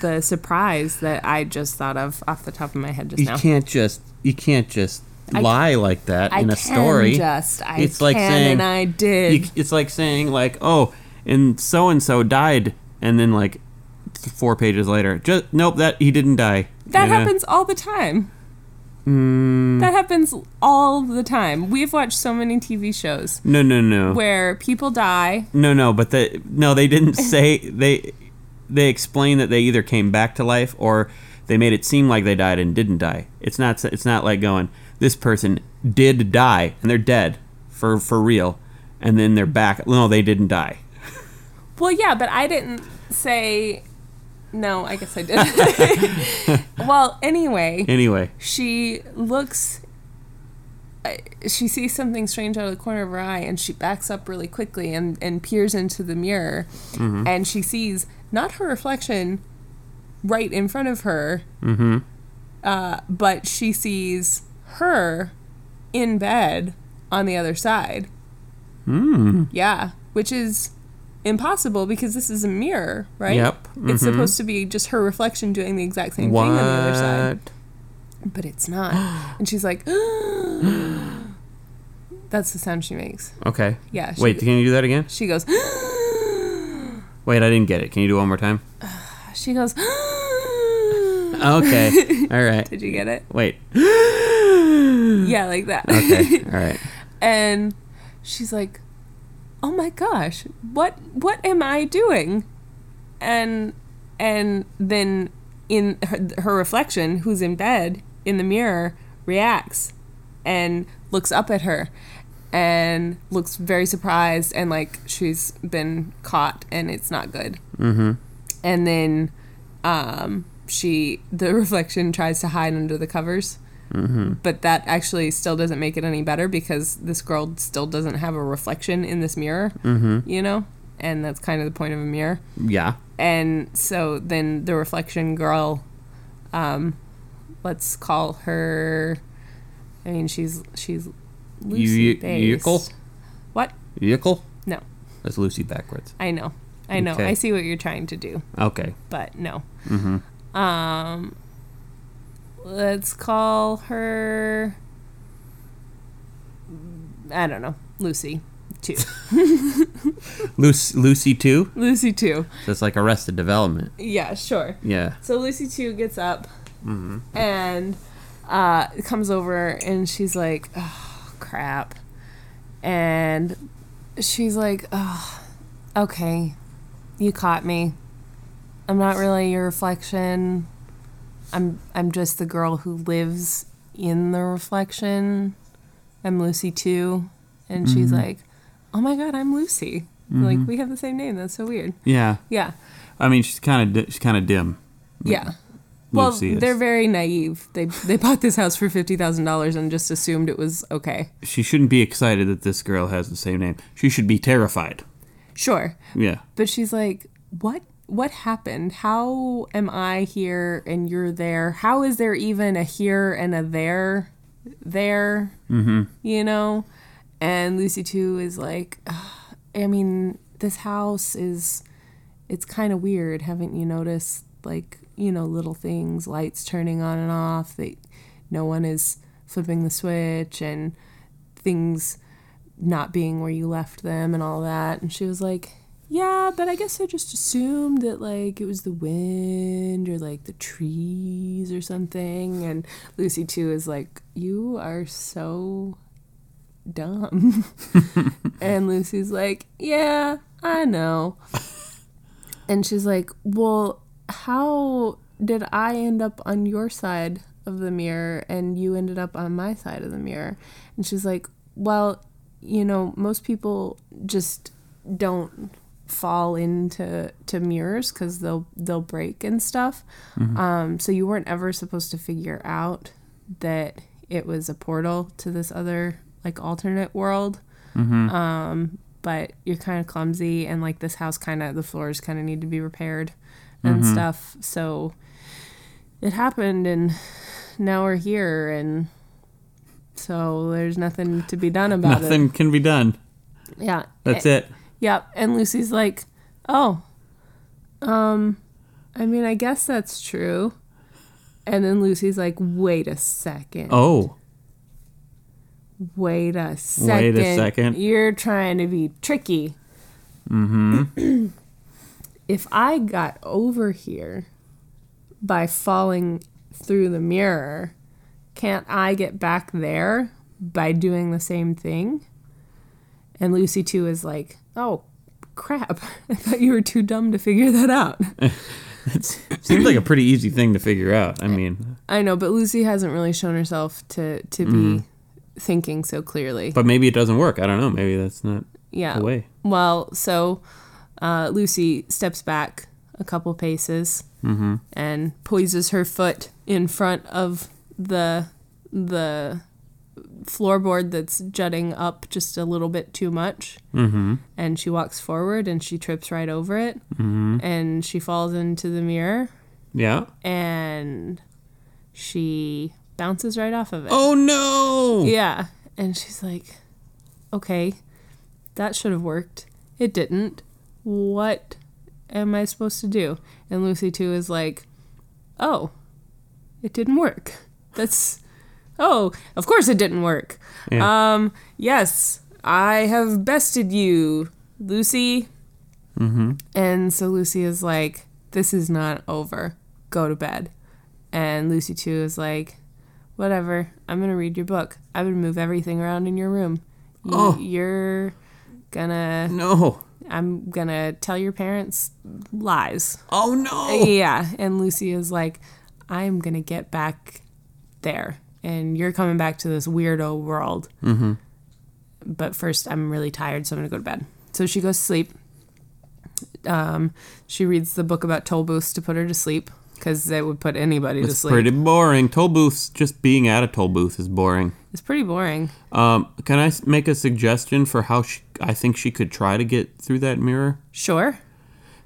A: the surprise that i just thought of off the top of my head just
B: You
A: now
B: can't just you can't just lie like that
A: I
B: in a
A: can
B: story.
A: just i
B: It's like
A: can
B: saying
A: and i did
B: You c- it's like saying like, "Oh, and so and so died," and then like th- four pages later, just nope, that he didn't die.
A: That
B: You know?
A: happens all the time. That happens all the time. We've watched so many TV shows
B: No, no, no,
A: where people die.
B: no, no. But the no, they didn't say they they explained that they either came back to life or they made it seem like they died and didn't die. It's not s- it's not like going this person did die and they're dead for for real, and then they're back. No, they didn't die.
A: Well, yeah, but I didn't say. No, I guess I did. well, anyway,
B: Anyway,
A: she looks. I- She sees something strange out of the corner of her eye, and she backs up really quickly and, and peers into the mirror,
B: Mm-hmm.
A: and she sees not her reflection right in front of her,
B: Mm-hmm.
A: uh, but she sees her in bed on the other side.
B: Mm.
A: Yeah, which is impossible because this is a mirror, right?
B: Yep. Mm-hmm.
A: It's supposed to be just her reflection doing the exact same thing on the other side.
B: what?
A: but it's not. and she's like, that's the sound she makes.
B: Okay.
A: Yeah. She,
B: Wait, can you do that again?
A: She goes,
B: Wait, I didn't get it. Can you do it one more time?
A: she goes,
B: Okay. All right.
A: did you get it?
B: Wait.
A: Yeah, like that.
B: Okay. All right.
A: and she's like, "Oh my gosh, what what am I doing?" And and then in her, her reflection, who's in bed in the mirror, reacts and looks up at her and looks very surprised and like she's been caught and it's not good. Mm-hmm. And then um, she the reflection tries to hide under the covers but that actually still doesn't make it any better because this girl still doesn't have a reflection in this mirror, mm-hmm. you know? And that's kind of the point of a mirror.
B: Yeah.
A: And so then the reflection girl, um, let's call her, I mean, she's, she's
B: Ye-
A: Lucy based.
B: Yekel?
A: What?
B: Vehicle?
A: No,
B: That's Lucy backwards.
A: I know. I know.
B: Okay.
A: I see what you're trying to do,
B: Okay.
A: but no. Um, let's call her, I don't know, Lucy. Two.
B: Lucy, Lucy too.
A: Lucy two.
B: That's like Arrested Development.
A: Yeah, sure.
B: Yeah.
A: So Lucy two gets up and uh, comes over, and she's like, "Oh crap," and she's like, "Oh, okay, you caught me. I'm not really your reflection. I'm I'm just the girl who lives in the reflection. I'm Lucy too." And she's like, "Oh my god, I'm Lucy. Like we have the same name. That's so weird."
B: Yeah.
A: Yeah.
B: I mean, she's kind of she's kind of dim.
A: Yeah. Well,
B: Lucy is.
A: they're very naive. They they bought this house for fifty thousand dollars and just assumed it was okay.
B: She shouldn't be excited that this girl has the same name. She should be terrified.
A: Sure,
B: Yeah.
A: but she's like, what? What happened? How am I here and you're there? How is there even a here and a there? There, mm-hmm. you know. And Lucy too is like, "Ugh, I mean, this house is, it's kind of weird. Haven't you noticed? Like, you know, little things, lights turning on and off. That no one is flipping the switch and things not being where you left them and all that. And she was like, Yeah, but I guess I just assumed that like it was the wind or like the trees or something. And Lucy, too, is like, You are so dumb. and Lucy's like, Yeah, I know. And she's like, Well, how did I end up on your side of the mirror and you ended up on my side of the mirror? And she's like, Well, you know, most people just don't fall into to mirrors because they'll they'll break and stuff. Um, so you weren't ever supposed to figure out that it was a portal to this other like alternate world but you're kind of clumsy and like this house kind of the floors kind of need to be repaired and
B: Mm-hmm.
A: stuff so it happened and now we're here and so there's nothing to be done about
B: Nothing can be done.
A: it yeah
B: That's it.
A: yep and lucy's like oh um i mean i guess that's true and then lucy's like wait a second
B: Oh.
A: wait a second.
B: Wait a second.
A: You're trying to be tricky. Mm-hmm. if I got over here by falling through the mirror, can't I get back there by doing the same thing? And Lucy too is like, oh crap. I thought you were too dumb to figure that out.
B: Seems like a pretty easy thing to figure out. I mean,
A: I know, but Lucy hasn't really shown herself to to be thinking so clearly.
B: but maybe it doesn't work. I don't know. Maybe that's not
A: yeah.
B: the way.
A: Well, so uh, Lucy steps back a couple paces and poises her foot in front of the the floorboard that's jutting up just a little bit too much. Mm-hmm. And she walks forward and she trips right over it and she falls into the mirror
B: Yeah.
A: and she bounces right off of it.
B: Oh no.
A: Yeah. And she's like, okay, that should have worked. It didn't. What am I supposed to do? And Lucy, too, is like, oh, it didn't work. That's oh, of course it didn't work.
B: Yeah.
A: Um, yes, I have bested you, Lucy. Mm-hmm. And so Lucy is like, "This is not over. Go to bed." And Lucy too is like, "Whatever. I'm gonna read your book. I'm gonna move everything around in your room. Y-
B: Oh.
A: You're gonna.
B: No.
A: I'm gonna tell your parents lies."
B: Oh no.
A: Yeah, and Lucy is like, I'm gonna get back there, and you're coming back to this weirdo world. Mm-hmm. But first, I'm really tired, so I'm gonna go to bed. So she goes to sleep. Um, she reads the book about toll booths to put her to sleep because it would put anybody to
B: It's
A: sleep.
B: pretty boring. Toll booths, just being at a toll booth is boring.
A: It's pretty boring.
B: Um, can I s- make a suggestion for how she, I think she could try to get through that mirror?
A: Sure.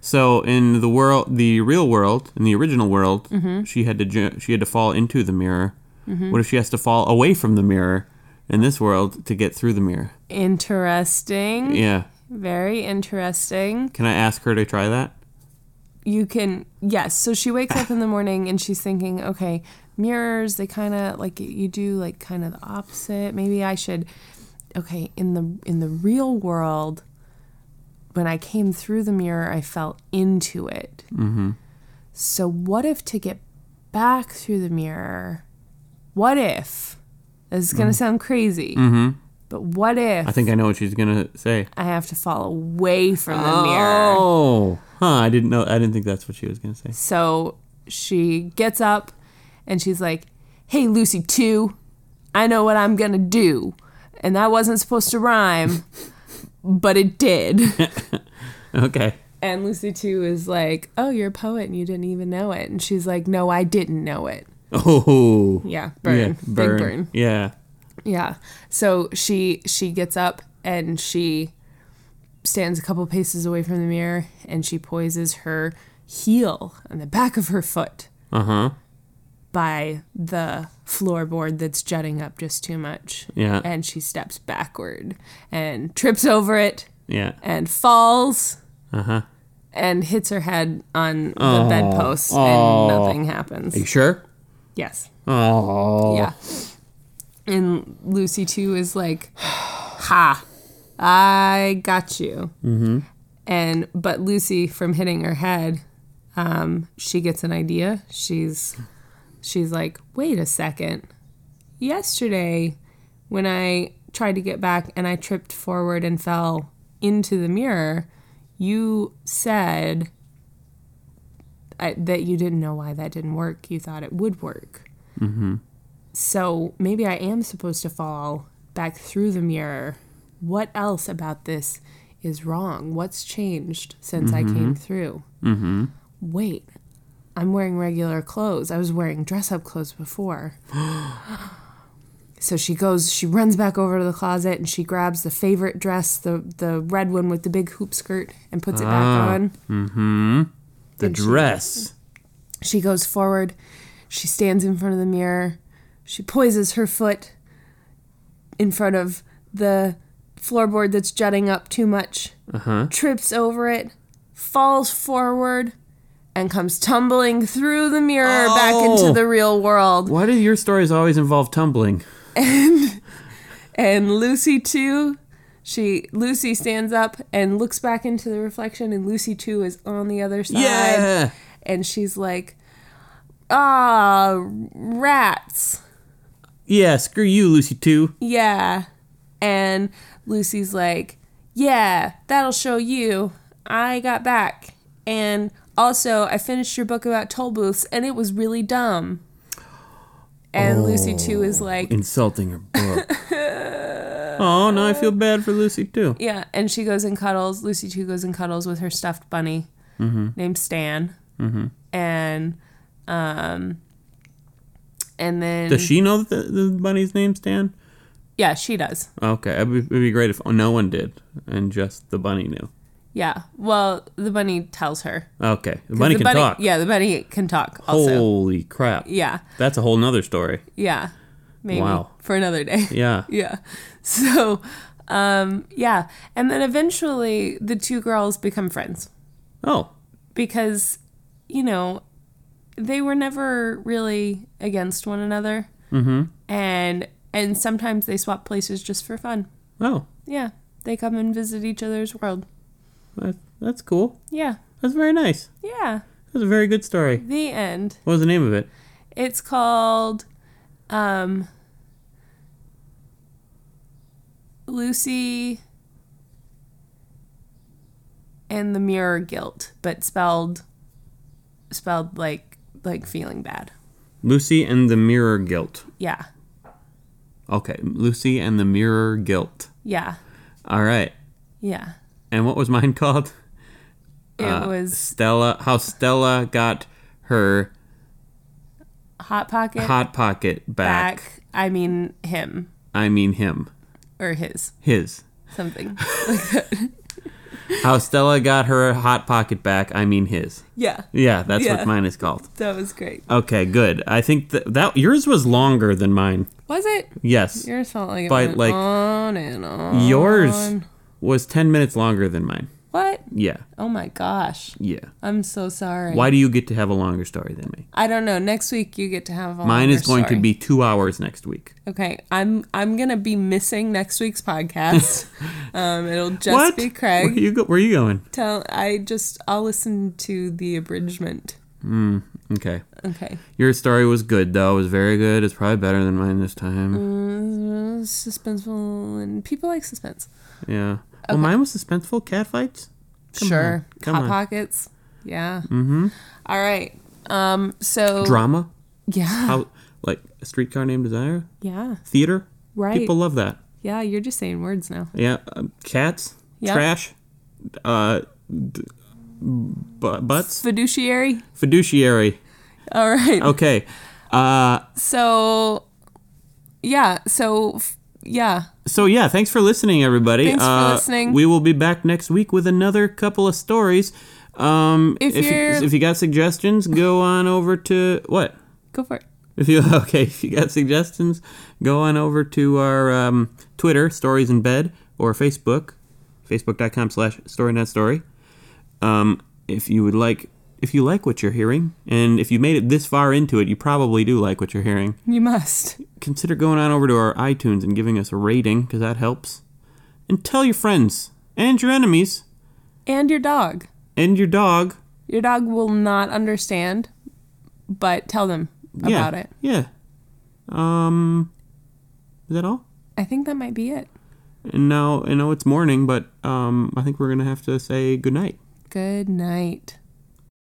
B: So in the world, the real world, in the original world,
A: Mm-hmm.
B: she had to ju- she had to fall into the mirror. What if she has to fall away from the mirror in this world to get through the mirror?
A: Interesting.
B: Yeah.
A: Very interesting.
B: Can I ask her to try that?
A: you can yes so she wakes up in the morning and she's thinking okay mirrors they kind of like you do like kind of the opposite maybe i should okay in the in the real world when i came through the mirror i fell into it mm-hmm. so what if to get back through the mirror what if this is going to sound crazy but what if
B: Mm-hmm. I think I know what she's gonna say.
A: i have to fall away from the mirror
B: Oh, huh? I didn't know. I didn't think that's what she was gonna say.
A: So she gets up and she's like, Hey, Lucy, too, I know what I'm gonna do. And that wasn't supposed to rhyme, but it did.
B: Okay.
A: and Lucy, too, is like, Oh, you're a poet and you didn't even know it. And she's like, No, I didn't know it.
B: Oh.
A: Yeah, burn.
B: Yeah, burn.
A: Big burn.
B: Yeah.
A: Yeah. So she she gets up and she stands a couple paces away from the mirror and she poises her heel on the back of her foot.
B: Uh huh.
A: by the floorboard that's jutting up just too much.
B: Yeah.
A: And she steps backward and trips over it
B: Yeah.
A: and falls
B: Uh huh.
A: and hits her head on the bedpost
B: aw.
A: and nothing happens.
B: You sure?
A: Yes.
B: Oh.
A: Yeah. And Lucy too is like, "Ha, I got you." Mm-hmm. And but Lucy, from hitting her head, um, she gets an idea. She's she's like, "Wait a second. Yesterday, when I tried to get back and I tripped forward and fell into the mirror, you said." I, that you didn't know why that didn't work. You thought it would work. So maybe I am supposed to fall back through the mirror. What else about this is wrong? What's changed since I came through? Mm-hmm. Wait, I'm wearing regular clothes. I was wearing dress up clothes before. so she goes, she runs back over to the closet and she grabs the favorite dress, the, the red one with the big hoop skirt, and puts it back on.
B: The dress.
A: She goes forward. She stands in front of the mirror. She poises her foot in front of the floorboard that's jutting up too much,
B: Uh-huh.
A: trips over it, falls forward, and comes tumbling through the mirror back
B: Oh.
A: into the real world.
B: Why do your stories always involve tumbling?
A: and Lucy too. She Lucy stands up and looks back into the reflection, and Lucy too is on the other side.
B: Yeah.
A: Uh, And she's like, "Ah, rats."
B: Yeah, screw you, Lucy too.
A: Yeah. And Lucy's like, Yeah, that'll show you. I got back. And also, I finished your book about toll booths and it was really dumb. And Lucy, too, is
B: Oh.
A: like,
B: Insulting her book. oh, now I feel bad for Lucy too.
A: Yeah. And she goes and cuddles. Lucy, too, goes and cuddles with her stuffed bunny named Stan. Mm-hmm. And, um, and then,
B: Does she know that the, the bunny's name's Dan?
A: yeah, she does.
B: Okay, it'd be, it'd be great if no one did and just the bunny knew.
A: Yeah. Well, the bunny tells her.
B: Okay, the bunny
A: the
B: can
A: bunny,
B: talk.
A: Yeah, the bunny can talk also.
B: Holy crap.
A: Yeah,
B: That's a whole nother story.
A: yeah. Maybe
B: Wow.
A: for another day.
B: Yeah.
A: yeah. So, um, yeah. And then eventually the two girls become friends
B: Oh,
A: because, you know, they were never really against one another. and and sometimes they swap places just for fun.
B: Oh,
A: Yeah, they come and visit each other's world.
B: that, that's cool.
A: Yeah,
B: That's very nice.
A: yeah.
B: That's a very good story.
A: The end.
B: What was the name of it?
A: It's called um, Lucy and the Mirror Guilt, but spelled spelled like like feeling bad.
B: Lucy and the Mirror Guilt.
A: Yeah,
B: Okay, Lucy and the Mirror Guilt.
A: yeah,
B: All right.
A: yeah.
B: And what was mine called? Uh,
A: It was
B: Stella. How Stella got her
A: Hot Pocket
B: hot pocket back.
A: back. I mean him
B: I mean him.
A: or his
B: His.
A: something.
B: How Stella got her hot pocket back. I mean his.
A: yeah,
B: Yeah, that's
A: Yeah.
B: what mine is called.
A: that was great.
B: Okay, good. I think that, that yours was longer than mine.
A: Was it?
B: Yes.
A: Yours felt like it
B: By,
A: went
B: like,
A: on and on.
B: Yours was 10 minutes longer than mine.
A: What?
B: Yeah.
A: Oh my gosh.
B: Yeah.
A: I'm so sorry.
B: Why do you get to have a longer story than me?
A: I don't know. Next week you get to have a
B: Mine
A: longer
B: is going
A: story.
B: to be 2 hours next week.
A: Okay. I'm I'm gonna be missing next week's podcast. um it'll just
B: what?
A: be
B: Where
A: Craig.
B: you go- where you going?
A: Tell I just I'll listen to the abridgment.
B: Okay.
A: Okay.
B: Your story was good though. It was very good. It's probably better than mine this time.
A: Mm, suspenseful and people like suspense.
B: Yeah. Well, mine was suspenseful catfights. Come
A: sure.
B: on, come
A: Hot
B: on.
A: pockets. Yeah. Mm-hmm. All right. Um so
B: Drama.
A: Yeah.
B: How like a streetcar named Desire?
A: Yeah.
B: Theater?
A: Right.
B: People love that.
A: Yeah, you're just saying words now.
B: Yeah, um, cats,
A: Yep.
B: trash, uh, d- bu- butts,
A: Fiduciary.
B: fiduciary.
A: All
B: Oh,
A: right.
B: Okay, uh,
A: So, yeah. So, f- yeah.
B: so yeah, thanks for listening, everybody.
A: Thanks for
B: Uh,
A: listening.
B: We will be back next week with another couple of stories. Um,
A: If
B: you,
A: you're-
B: if you got suggestions, go on over to what.
A: Go for it.
B: If you okay, if you got suggestions, go on over to our um, Twitter Stories in Bed or Facebook, facebook.com/slash Story Not Story. Um, if you would like, if you like what you're hearing, and if you made it this far into it, you probably do like what you're hearing.
A: You must.
B: Consider going on over to our iTunes and giving us a rating because that helps. And tell your friends and your enemies
A: And your dog.
B: and your dog
A: Your dog will not understand, but tell them
B: yeah,
A: about it.
B: Yeah. Um, is that all?
A: I think that might be it.
B: And now I know it's morning, but um, I think we're gonna have to say goodnight.
A: Good night.